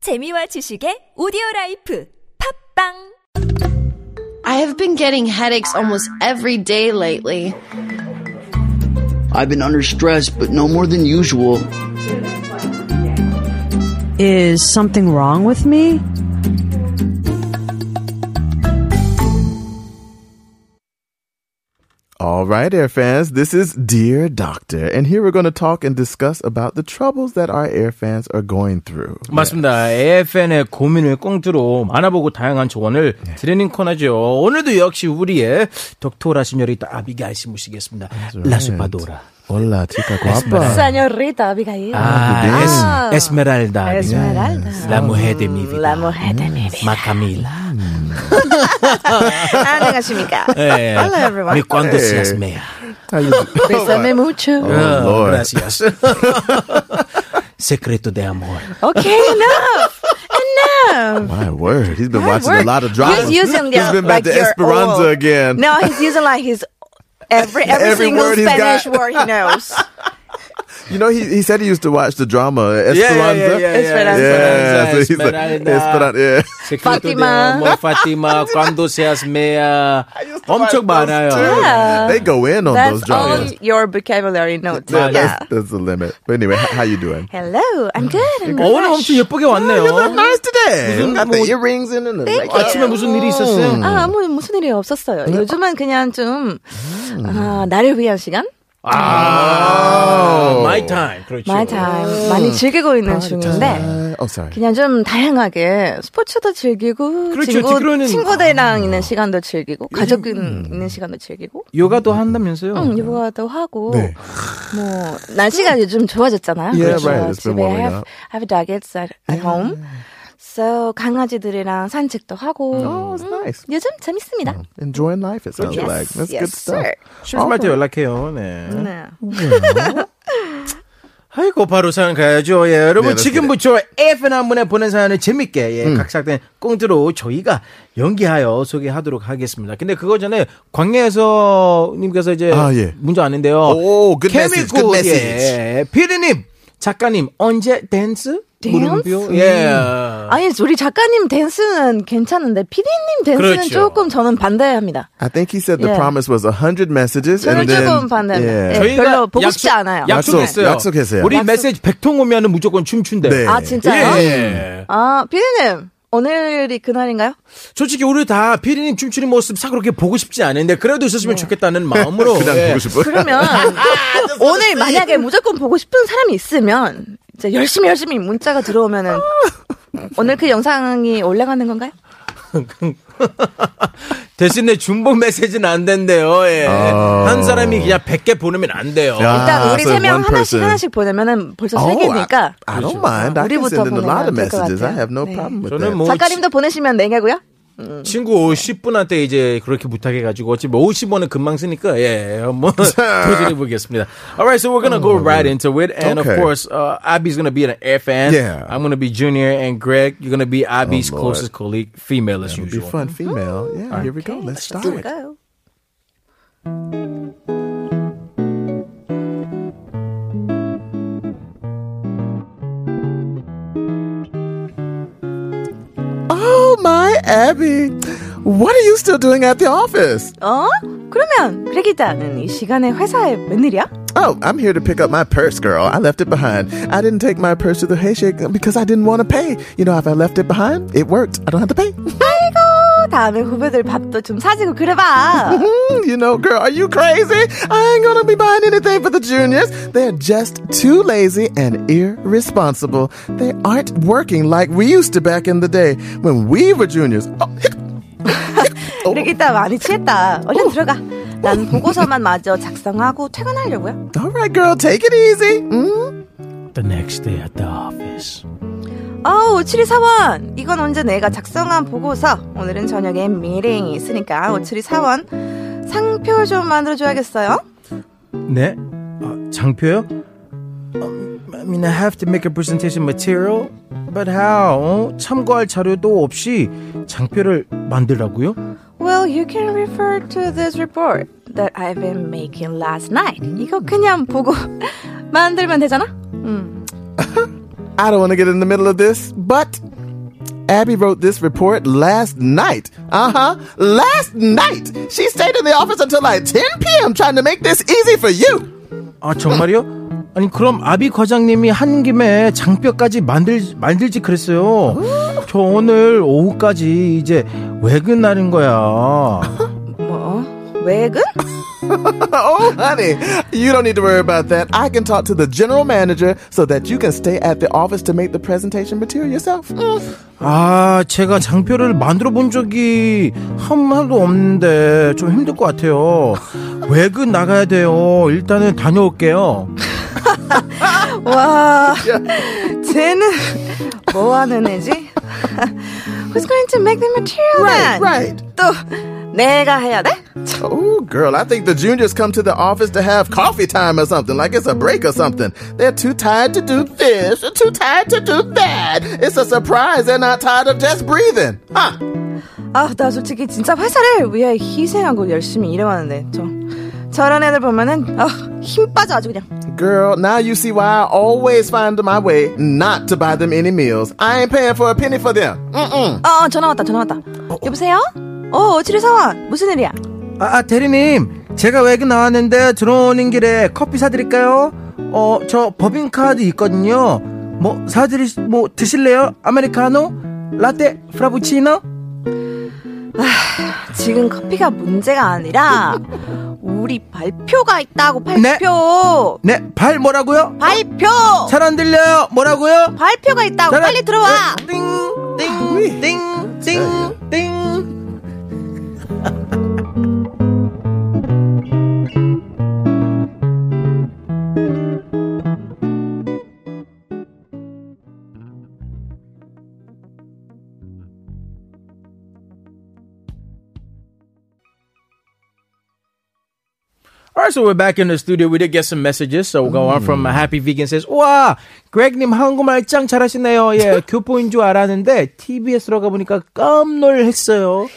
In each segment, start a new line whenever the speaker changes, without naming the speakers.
재미와 지식의 오디오 라이프 팝빵
I have been getting headaches almost every day lately.
I've been under stress, but no more than usual.
Is something wrong with me?
All right, air fans, this is Dear Doctor, and here we're going to talk and discuss about the troubles that our air fans are going through.
예. 맞습니다. AFN의 고민을 꽁트로 만나보고 다양한 조언을 드리는 코너죠. 오늘도 역시 우리의 독토라 시녀리타 아비가이씨 모시겠습니다. 라스파도라.
Hola, chica guapa.
Señorita Abigail.
네. 아, 에스, 에스메랄다. 아비가일.
에스메랄다.
라무헤 데미비
La mujer de mi vida.
음, 마카밀라.
아, 안녕하십니까?
예.
Hello, everyone.
미 꽝도 시아스메야.
How you do-
Bésame mucho.
Oh, Lord.
그라시아스. Secreto de amor.
Okay, enough. Enough.
My word, he's been
My
watching a
word.
lot of dramas.
He's using the,
he's been back
like
to
your
Esperanza
old-
again.
No, he's using like his every every,
Every
single
word he's got.
Spanish word he knows.
You know, he, he said he used to watch the drama Esperanza.
Esperanza.
Yeah, so he's like,
에스메랄다.
Esperanza. Yeah.
Fatima.
뭐 파티마, 꽝도 시아스메야. 엄청 많아요.
They go in on those
That's all
dramas.
your vocabulary
네.
notes.
Yeah,
Yeah.
that's, that's the limit. But anyway, how, how you doing?
Hello, I'm good. I'm
어, 오늘
fresh.
엄청 예쁘게 왔네요.
Nice today.
무슨
Got the
뭐-
earrings in and oh, the necklace.
아침에 무슨 일이 있었어요?
아, 아무 무슨 일이 없었어요.
네.
요즘은 그냥 좀
음.
아, 나를 위한 시간,
아, my time. 그렇죠.
my time 많이 즐기고 있는 중인데.
Uh, oh, sorry.
그냥 좀 다양하게 스포츠도 즐기고
그렇죠.
친구,
그러는- 음.
친구들이랑 있는 시간도 즐기고 가족 있는 시간도 즐기고
요가도 한다면서요?
응, 요가도 하고 뭐 날씨가 요즘 좋아졌잖아요.
Yeah,
그래서
right. It's been
집에
warming
have,
up.
have dogs at, at home. So 강아지들이랑 산책도 하고 어,
Oh, it's nice.
요즘 재밌습니다.
Enjoying 음. life, it sounds
Yes,
like. That's
yes,
good stuff.
sir.
심심할 때 연락해요. 네.
네.
아이고 바로 사연 가야죠. 예, 여러분
네, 음.
지금부터 FN 한 분에 보낸 사연을 재밌게 예, 각색된 꽁트로 저희가 연기하여 소개하도록 하겠습니다. 근데 그거 전에 광야에서 님께서 이제
아, 예.
문자 왔는데요.
오, good message, good
케미코,
message.
예, 피디님 작가님 언제 댄스?
댄스?
물음표? 예.
아니 우리 작가님 댄스는 괜찮은데 피디님 댄스는
그렇죠.
조금 저는 반대합니다.
I think he said the
Yeah.
promise was 100 messages.
저는
And
조금
then,
반대합니다. 예.
yeah.
저희가
별로 보고
약속-
싶지 않아요. 네.
약속했어요.
약속했어요.
우리
약속-
메시지 100통 오면은 무조건 춤춘대.
네.
아 진짜요?
예.
아, 피디님, 오늘이 그날인가요?
솔직히 우리 다 피디님 춤추는 모습 사그렇게 보고 싶지 않은데 그래도
네.
있었으면 좋겠다는 마음으로
그냥
예.
보고 싶어.
그러면
아,
오늘 만약에 무조건 보고 싶은 사람이 있으면 이제 열심히 열심히 문자가 들어오면은 오늘 그 영상이 올라가는 건가요?
대신에 중복 메시지는 안 된대요. 예. 한 사람이 그냥 100개 보내면 안 돼요.
아. 야.
일단
아,
우리
so
세 명
one
하나씩
person.
하나씩 보내면은 벌써 세
Oh,
개니까
I, I don't mind. I can
우리부터
send in a lot of
보내면 될것
messages. I
같아요.
have no
네.
problem with
저는
that.
뭐
작가님도 보내시면 네 개고요.
치- 친구 50분한테 이제 그렇게 부탁해가지고 어차피 50원은 금방 쓰니까 예, 뭐 도전해 보겠습니다. Alright, so we're gonna go right into it, and
Oh.
of
Okay.
course, uh, Abby's gonna be an air fan.
Yeah.
I'm gonna be Junior, and Greg, you're gonna be Abby's
Oh, Lord.
closest colleague, female as
It'll be
usual.
fun. Female. Yeah, here we go. Let's start.
go.
Oh, my Abby. What are you still doing at the office?
어? 그러면 그래기다는 이 시간에 회사에 웬일이야?
Oh, I'm here to pick up my purse, girl. I left it behind. I didn't take my purse to the hayshake because I didn't want to pay. You know, if I left it behind, it worked. I don't have to pay.
아이고 다음에 후배들 밥도 좀 사주고 그래봐.
Mm, you know, girl, are you crazy? I ain't gonna be buying anything for the juniors. They're just too lazy and irresponsible. They aren't working like we used to back in the day when we were juniors. Oh,
그러겠다 많이 취했다 얼른 들어가 난 보고서만 마저 작성하고 퇴근하려고요
all right, girl, take it easy. Mm.
The next day at the office.
어우 572사원 이건 언제 내가 작성한 보고서 오늘은 저녁에 미팅이 있으니까 572사원 상표 좀 만들어줘야겠어요
네? 아, 장표요? Um, I mean, I have to make a presentation material, but how? 어? 참고할 자료도 없이 장표를 만들라고요?
Well, you can refer to this report that I've been making last night 이거 그냥 보고 만들면 되잖아
I don't want to get in the middle of this, but Abby wrote this report last night. Uh huh. Last night. She stayed in the office until like 10 p.m. trying to make this easy for you.
아 정말요? 아니 그럼 아비 과장님이 한 김에 장뼈까지 만들 만들지 그랬어요. 저 오늘 오후까지 이제 외근 날인 거야.
뭐? 외근?
oh, honey, you don't need to worry about that. I can talk to the general manager so that you can stay at the office to make the presentation material yourself. Mm.
아 제가 장뼈를 만들어 본 적이 한 번도 없는데 좀 힘들 것 같아요. 외근 나가야 돼요. 일단은 다녀올게요.
와, 쟤는 뭐 하는 애지? Who's going to make the material then?
Right.
또 내가 해야 돼?
Oh, girl, I think the juniors come to the office to have coffee time or something, like it's a break or something. They're too tired to do this, they're too tired to do that. It's a surprise they're not tired of just breathing. Huh?
아, 나 솔직히 진짜 회사를 위해 희생하고 열심히 일해왔는데 저 저런 애들 보면은 아, 힘 빠져 아주 그냥.
Girl, now you see why I always find my way not to buy them any meals. I ain't paying for a penny for them. Mm-mm.
어, 어, 전화 왔다, 전화 왔다. 여보세요? 어, 713원 무슨 일이야?
아, 아, 대리님 제가 외근 나왔는데 들어오는 길에 커피 사드릴까요? 어 저 법인카드 있거든요 뭐 사드리 뭐 드실래요? 아메리카노? 라떼? 프라푸치노?
지금 커피가 문제가 아니라 우리 발표가 있다고 발표.
네. 네 발 뭐라고요?
발표.
잘 안 들려요 뭐라고요?
발표가 있다고
잘 안-
빨리 들어와.
네, 띵, 띵, 띵, 띵, 띵. All right, so we're back in the studio. We did get some messages. So we'll go on from uh, Happy Vegan says, 와, 그렉님 한국말 짱 잘하시네요. 예, 교포인 줄 알았는데 TBS로 가보니까 깜놀했어요.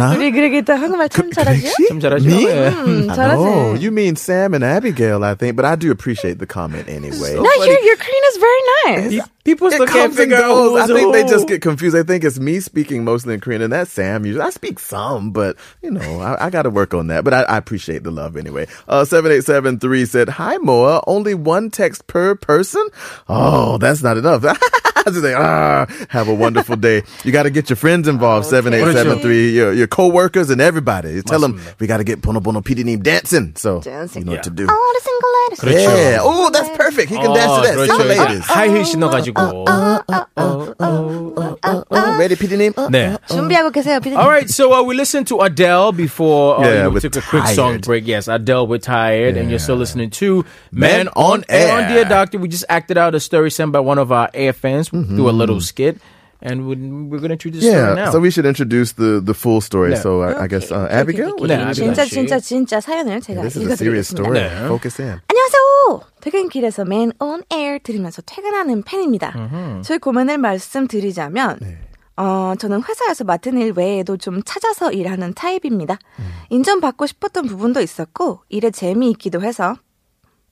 아?
우리 그러게 또 한국말 참 잘하지?
참 잘하죠. 예.
음, 잘하지.
Oh, you mean Sam and Abigail, I think, but I do appreciate the comment anyway.
No, your your Korean is very nice.
Pe- People still
It
can't
comes and
figure out who
goes. I
was
think they
who.
just get confused. They think it's me speaking mostly in Korean, and that's Sam. Usually, I speak some, but you know, I, I got to work on that. But I, I appreciate the love anyway. Uh, seven eight seven three said, "Hi Moa, only one text per person. Oh, that's not enough." Just like, ah, have a wonderful day. You got to get your friends involved. Seven eight seven three, your your coworkers and everybody. You tell them we got to get Bono Bono PD name dancing. So
Dancing.
you know what to do.
All the single letters.
Yeah.
예,
Oh, that's perfect. He can
Oh,
dance to that. See you ladies.
어, 그렇죠, 하이힐 신어가지고.
Oh, ready, PD name?
네.
준비하고 계세요, 피디님.
All right, so uh, we listened to Adele before uh,
Yeah,
we
with
took a quick song
Tired.
break. Yes, Adele, we're tired, and you're still listening to
Men on Air.
On Dear Doctor, we just acted out a story sent by one of our air fans through a little skit, and we're, we're going to introduce the story now.
Mm-hmm. so we should introduce the the full story.
Yeah.
So I, I guess uh, Abigail, would
네,
you-
아비가
진짜
씨.
진짜 진짜 사연을 제가
this is a serious
읽어드리겠습니다. 네.
story.
Yeah.
Focus in.
안녕하세요. 퇴근길에서 맨 온 에어 들으면서 퇴근하는 팬입니다. 저희 고민을 말씀드리자면 어, 저는 회사에서 맡은 일 외에도 좀 찾아서 일하는 타입입니다. 인정받고 싶었던 부분도 있었고 일에 재미있기도 해서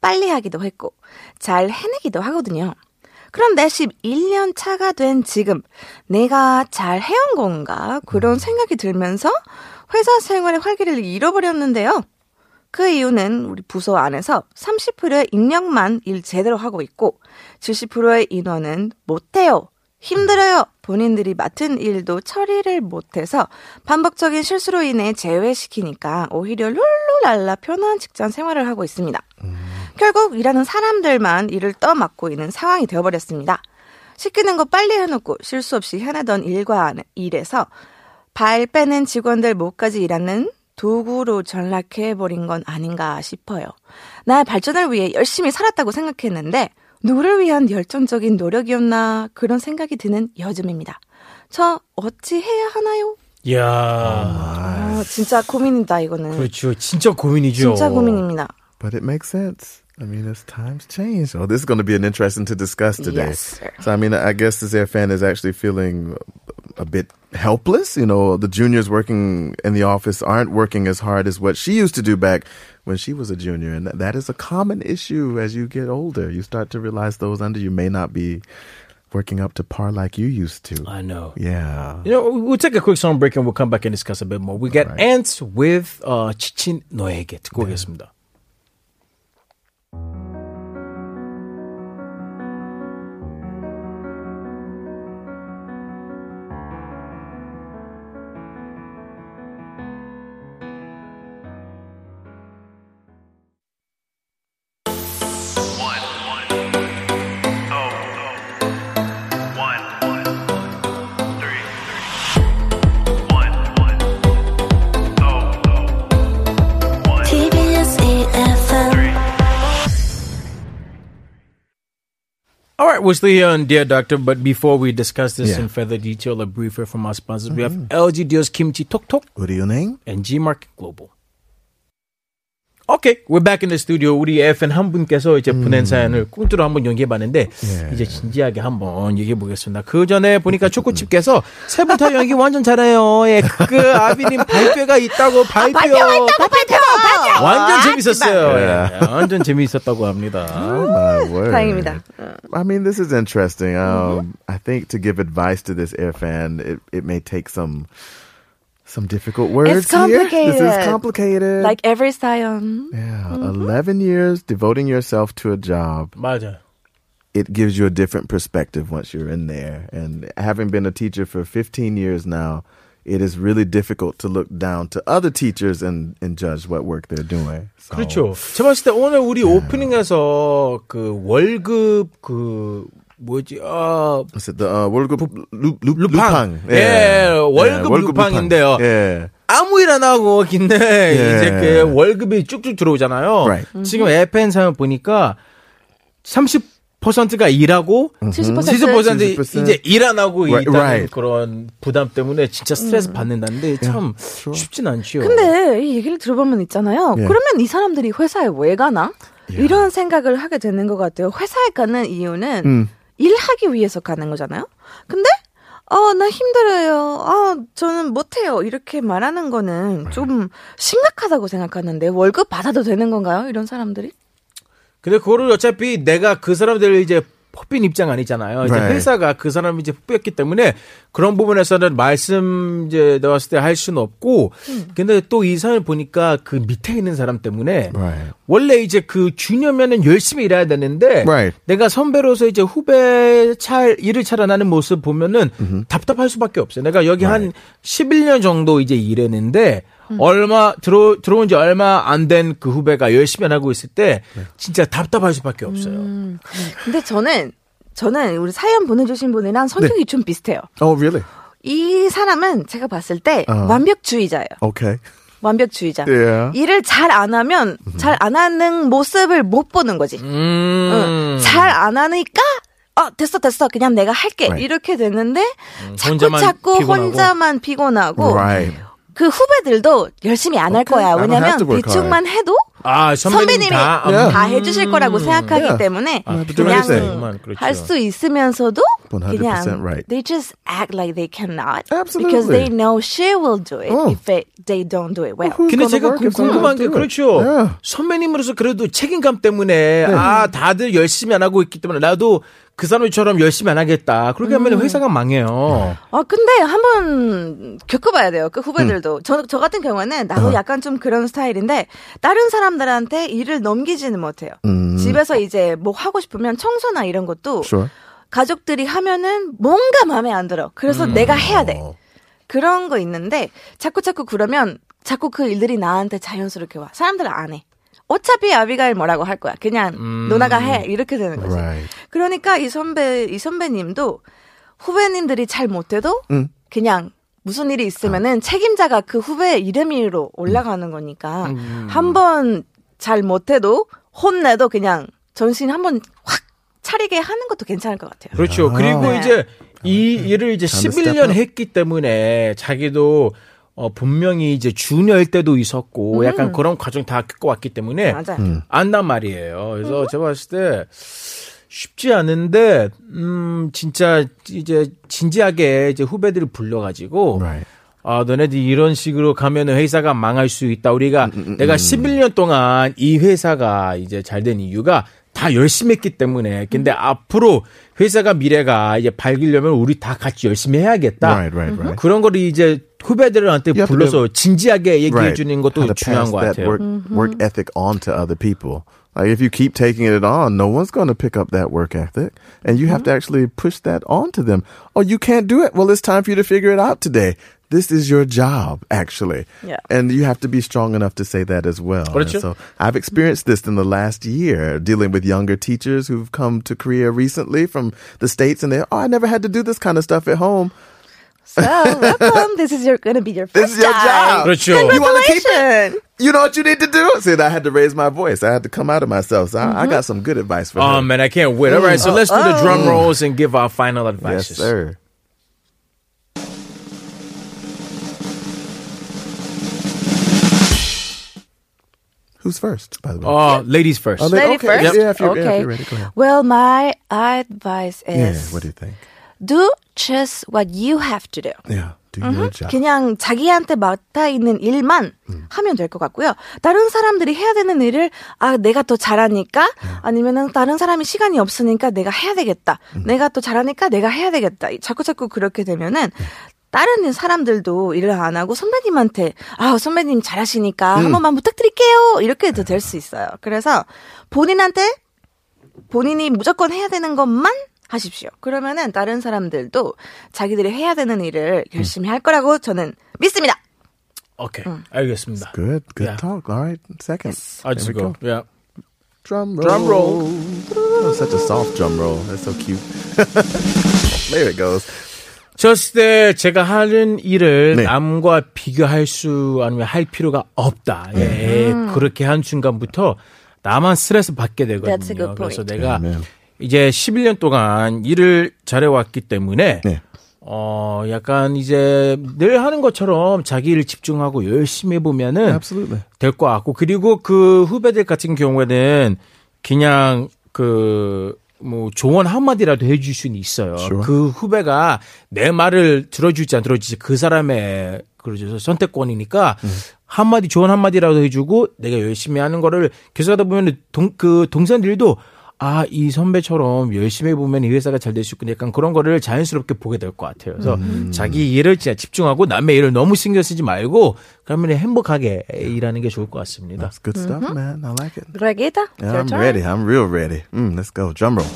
빨리 하기도 했고 잘 해내기도 하거든요. 그런데 11년 차가 된 지금 내가 잘 해온 건가 그런 생각이 들면서 회사 생활의 활기를 잃어버렸는데요. 그 이유는 우리 부서 안에서 30%의 인력만 일 제대로 하고 있고 70%의 인원은 못해요. 힘들어요. 본인들이 맡은 일도 처리를 못해서 반복적인 실수로 인해 제외시키니까 오히려 룰루랄라 편한 직장 생활을 하고 있습니다. 결국 일하는 사람들만 일을 떠맡고 있는 상황이 되어버렸습니다. 시키는 거 빨리 해놓고 실수 없이 해내던 일과 일에서 발 빼는 직원들 목까지 일하는 도구로 전락해버린 건 아닌가 싶어요. 나의 발전을 위해 열심히 살았다고 생각했는데 누구를 위한 열정적인 노력이었나 그런 생각이 드는 요즘입니다. 저 어찌 해야 하나요?
야,
아, 진짜 고민이다 이거는.
그렇죠. 진짜 고민이죠.
진짜 고민입니다.
But it makes sense. I mean, as times change, oh, this is going to be an interesting to discuss today.
Yes, sir.
So I mean, I guess this air fan is actually feeling a bit helpless. You know, the juniors working in the office aren't working as hard as what she used to do back when she was a junior, and that, that is a common issue as you get older. You start to realize those under you may not be working up to par like you used to.
I know.
Yeah.
You know, we'll take a quick song break and we'll come back and discuss a bit more. We get
Alright.
Ants with uh, 지친 너에게 듣고 오겠습니다.
TBS EFM
All right, we're still here on Dear Doctor, but before we discuss this
Yeah. Mm-hmm.
in further detail, a briefer from our sponsors. We have LG Deals Kimchi Tok Tok
What do you name?
and G Market Global. Okay, we're back in the studio. 우리 FN 한 분께서 이제 보낸 사연을 꿈으로 한번 연기해봤는데
음. 예.
이제 진지하게 한번 얘기해 보겠습니다. 그 전에 보니까 초코칩께서 세 분 다 연기 완전 잘해요. 예, 그 아비님 발표가 있다고 발표. 완전
아,
재밌었어요. 예, 예, 완전 재미있었다고
음.
합니다.
Oh,
Ah,
My word.
다행입니다. Uh. Mm-hmm.
I mean, this is interesting. Um, I think to give advice to this air fan, it, it may take some some difficult words. Here. This is
complicated.
complicated.
Like mm-hmm. every scion.
yeah, eleven years devoting yourself to a job.
맞아.
It gives you a different perspective once you're in there. And having been a teacher for 15 years now, it is really difficult to look down to other teachers and, and judge what work they're doing. So,
그렇죠. 제가 봤을 때 오늘 우리
네.
오프닝에서 그 월급 그 뭐지 아
What's it? The uh, 월급 루, 루, 루팡.
루팡. 예, 월급 루팡인데요.
예.
아무 일 안 하고 긴데 이제 그 월급이 쭉쭉 들어오잖아요. 음.
Right.
지금 에펜 사연 보니까 30%가 일하고 70%
70%.
이제 일 안 하고
Right,
있다는
right.
그런 부담 때문에 진짜 스트레스 받는다는데 참 쉽진 않죠.
음. 근데 이 얘기를 들어보면 있잖아요.
예.
그러면 이 사람들이 회사에 왜 가나? 이런 생각을 하게 되는 것 같아요. 회사에 가는 이유는
음.
일하기 위해서 가는 거잖아요. 근데 아, 나 힘들어요. 아, 저는 못해요. 이렇게 말하는
네.
거는 좀 심각하다고 생각하는데 월급 받아도 되는 건가요? 이런 사람들이?
근데 그거를 어차피 내가 그 사람들을 이제 뽑힌 입장 아니잖아요. 이제
Right.
회사가 그 사람을 이제 뽑혔기 때문에 그런 부분에서는 말씀 이제 나왔을 때 할 수는 없고 근데 또 이 사연을 보니까 그 밑에 있는 사람 때문에
Right.
원래 이제 그 주녀면은 열심히 일해야 되는데
Right.
내가 선배로서 이제 후배 찰 일을 차려나는 모습 보면은 답답할 수밖에 없어요. 내가 여기 한 11년 정도 이제 일했는데
음.
얼마 들어 들어온 지 얼마 안 된 그 후배가 열심히 안 하고 있을 때 진짜 답답할 수밖에 없어요.
음. 근데 저는 저는 우리 사연 보내주신 분이랑 성격이 좀 비슷해요.
Oh, really?
이 사람은 제가 봤을 때
어.
완벽주의자예요.
Okay.
완벽주의자.
Yeah.
일을 잘 안 하면 잘 안 하는 모습을 못 보는 거지.
음.
잘 안 하니까 어 됐어 됐어 그냥 내가 할게
Right.
이렇게 되는데 자꾸
음, 혼자만
자꾸
피곤하고.
혼자만 피곤하고
Right.
그 후배들도 열심히 안 할 거야.
I don't have
왜냐면
to work
대충만 해도
아, 선배님
선배님이
다.
다,
음.
해주실 거라고 생각하기
Yeah.
때문에
아,
그냥
그렇죠. 그렇죠.
할 수 있으면서도
100%
그냥
right.
they just act like they cannot
Absolutely.
because they know she will do it
Oh.
어.
if they, they don't do it well.
근데
gonna
제가
work
궁-
if someone
궁금한
do
게
it?
그렇죠.
Yeah.
선배님으로서 그래도 책임감 때문에 아 다들 열심히 안 하고 있기 때문에 나도 그 사람처럼 열심히 안 하겠다. 그렇게
음.
하면 회사가 망해요.
아 근데 한번 겪어봐야 돼요. 그
Hmm.
후배들도 저, 저 같은
Uh-huh.
경우에는 나도 약간 좀 그런 스타일인데 다른 사람들한테 일을 넘기지는 못해요.
음.
집에서 이제 뭐 하고 싶으면 청소나 이런 것도
Sure.
가족들이 하면은 뭔가 마음에 안 들어. 그래서 내가 해야 돼. 그런 거 있는데 자꾸 자꾸 그러면 자꾸 그 일들이 나한테 자연스럽게 와. 사람들 안 해. 어차피 아비가일 뭐라고 할 거야. 그냥 누나가 해. 이렇게 되는 거지.
Right.
그러니까 이 선배 이 선배님도 후배님들이 잘 못해도 그냥 무슨 일이
아.
있으면은 책임자가 그 후배 이름으로 올라가는 거니까
음.
한번 잘 못해도 혼내도 그냥 정신 한번 확 차리게 하는 것도 괜찮을 것 같아요.
그렇죠. 그리고
네.
이제 이 일을 이제
Time to step
11년
up.
했기 때문에 자기도 어 분명히 이제 주니어일 때도 있었고 약간 그런 과정 다 겪어왔기 때문에
음. 맞아요. 음.
안단 말이에요. 그래서 제가 봤을 때 쉽지 않은데 음 진짜 이제 진지하게 이제 후배들을 불러가지고
Right.
아, 너네들 이런 식으로 가면은 회사가
음,
망할 수 있다. 우리가 내가 11년 동안 이 회사가 이제 잘 된 이유가 다 열심히 했기 때문에.
음.
근데 앞으로 회사가 미래가 이제 밝으려면 우리 다 같이 열심히 해야겠다. 음.
Right, right, right.
그런 거를 이제 후배들한테
You have to
불러서 진지하게 얘기해
Right.
주는
How
것도
to
중요한
pass
것
that
같아요.
Work, work ethic on to other people. Like if you keep taking it on, no one's going to pick up that work ethic, and you have to actually push that on to them. Oh, you can't do it. Well, it's time for you to figure it out today. This is your job, actually.
Yeah.
And you have to be strong enough to say that as well. And
그렇죠.
So I've experienced this in the last year, dealing with younger teachers who've come to Korea recently from the States, and they, oh, I never had to do this kind of stuff at home.
So welcome. This is your gonna be your
This is
first
your job.
그렇죠.
You want to keep it?
Congratulations.
You know what you need to do? See, I had to raise my voice. I had to come out of myself. So I,
Mm-hmm.
I got some good advice for
Oh
her. Mm. Oh.
man, I can't wait. All right, so let's do the drum rolls and give our final
yes,
advice.
sir. Who's first, by the way?
Uh, ladies first.
Oh,
Lady
okay.
first?
Yeah, if you're, yeah, if
Okay.
you're ready, go ahead.
Well, my advice
Yeah,
is
what do you think?
do just what you have to do.
Yeah, do
Mm-hmm.
your job.
그냥 자기한테 맡아 있는 일만 하면 될 것 같고요. 다른 사람들이 해야 되는 일을 아 내가 더 잘하니까 아니면은 다른 사람이 시간이 없으니까 내가 해야 되겠다. 내가 또 잘하니까 내가 해야 되겠다. 이- 자꾸 자꾸 그렇게 되면은 다른 사람들도 일을 안 하고 선배님한테 아 선배님 잘하시니까 한 번만 부탁드릴게요 이렇게 도 될 수 있어요. 그래서 본인한테 본인이 무조건 해야 되는 것만 하십시오. 그러면은 다른 사람들도 자기들이 해야 되는 일을 열심히 할 거라고 저는 믿습니다.
Okay,
음.
알겠습니다.
Good, good
Yeah.
talk. All right, second.
I
There
just
we
go. Yeah.
Drum roll.
Drum roll.
Oh, such a soft drum roll. That's so cute. there it goes.
졌을 때 제가 하는 일을
네.
남과 비교할 수 아니면 할 필요가 없다.
네.
예.
음.
그렇게 한 순간부터 나만 스트레스 받게
That's a
되거든요.
good
그래서
point.
내가
Amen.
이제 11년 동안 일을 잘해왔기 때문에
네.
어 약간 이제 늘 하는 것처럼 자기 일 집중하고 열심히 해보면은
Absolutely.
네, 될 것 같고 그리고 그 후배들 같은 경우에는 그냥 그 뭐 조언 한마디라도 해줄 수는 있어요.
Sure.
그 후배가 내 말을 들어줄지 안 들어줄지 그 사람의 그러죠 선택권이니까
음.
한마디 조언 한마디라도 해주고 내가 열심히 하는 거를 계속하다 보면 동그 동생들도 아 이 선배처럼 열심히 해보면 이 회사가 잘 될 수 있고 약간 그런 거를 자연스럽게 보게 될 것 같아요. 그래서 자기 일을 진짜 집중하고 남의 일을 너무 신경 쓰지 말고 그러면 행복하게 일하는 게 좋을 것 같습니다.
That's good
Mm-hmm.
stuff, man. I like it.
그러게다.
Yeah, I'm
그렇죠?
ready. I'm real ready. Mm, let's go. Drum roll.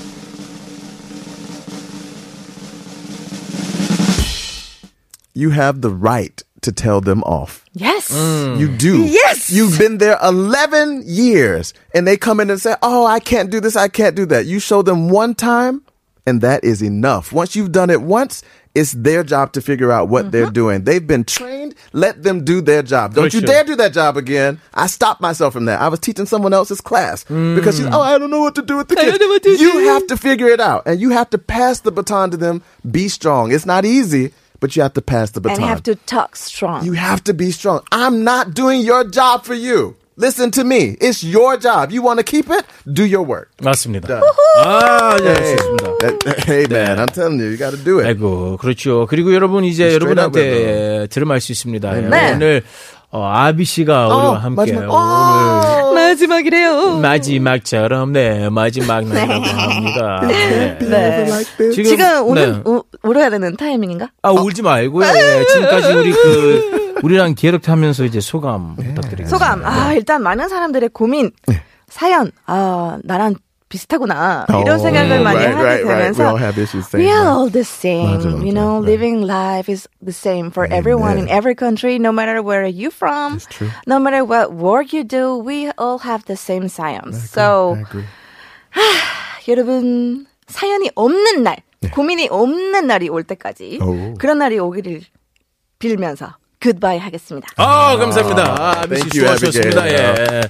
You have the right to tell them off.
Yes.
You do. Mm. Yes. You've been there 11 years and they come in and say, Oh, I can't do this. I can't do that. You show them one time and that is enough. Once you've done it once, it's their job to figure out what they're doing. They've been trained. Let them do their job. Don't you
Gotcha.
dare do that job again. I stopped myself from that. I was teaching someone else's class because she's, oh, I don't know what to do with the kids. you have to figure it out and you have to pass the baton to them. Be strong. It's not easy, but you have to pass the baton.
And have to talk strong.
You have to be strong. I'm not doing your job for you. Listen to me. It's your job. You want to keep it? Do your work.
맞습니다. 아, 예,
네.
좋습니다.
That- hey, man, I'm telling you, you got to do it.
아이고, 그렇죠. 그리고 여러분 이제
Straight
여러분한테 들음할 수 있습니다. 예,
네.
오늘 어, 아비 씨가
어,
우리와 함께
마지막.
오늘
어.
마지막이래요.
마지막처럼 네 마지막 날이라고 합니다. 네.
네.
지금,
지금
네.
오늘 우- 울어야 되는 타이밍인가?
아 울지 말고요. 예, 지금까지 우리 그 우리랑 디얼렉트하면서 이제 소감 부탁드리겠습니다.
소감.
네.
아, 일단 많은 사람들의 고민, 사연. 아, 나랑 비슷하구나. 이런
Oh,
생각을 많이
right,
하게
right, right.
되면서
We all have issues, same,
We are
right.
all the same.
맞아, 네. 맞아,
you know,
right.
living life is the same for everyone in every country, no matter where you from, no matter what work you do, we all have the same science. so 여러분 사연이 없는 날, 고민이 없는 날이 올 때까지
네. 오.
그런 날이 오기를 빌면서 굿바이 하겠습니다.
아, 감사합니다. 아비 씨
thank you,
수고하셨습니다.
Abigail.
예.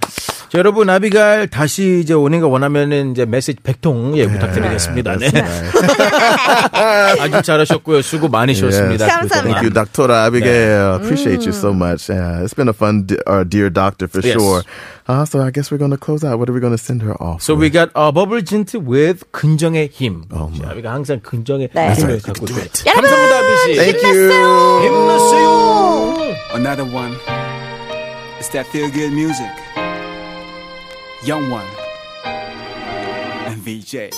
자, 여러분 아비갈 다시 이제 오는가 원하면은 이제 메시지 100통 예, 부탁드리겠습니다. 네. 아주 잘하셨고요. 예, 수고 많으셨습니다.
Yes.
그동안.
Thank you, Dr. Abigail. Appreciate you so much. Yeah, it's been a fun, d- uh, dear doctor, for
Mm. Yes.
sure. Uh, so I guess we're going to close out. What are we going to send her off?
So
with?
we got a bubble tint with 긍정의 힘.
Oh, my.
아비가 항상 긍정의
네.
힘을 갖고 있어요. 감사합니다, 아비 씨.
Thank you.
힘내세요.
Another one. It's that feel good music. Young one. DJ.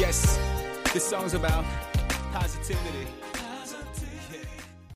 Yes, this song's about positivity.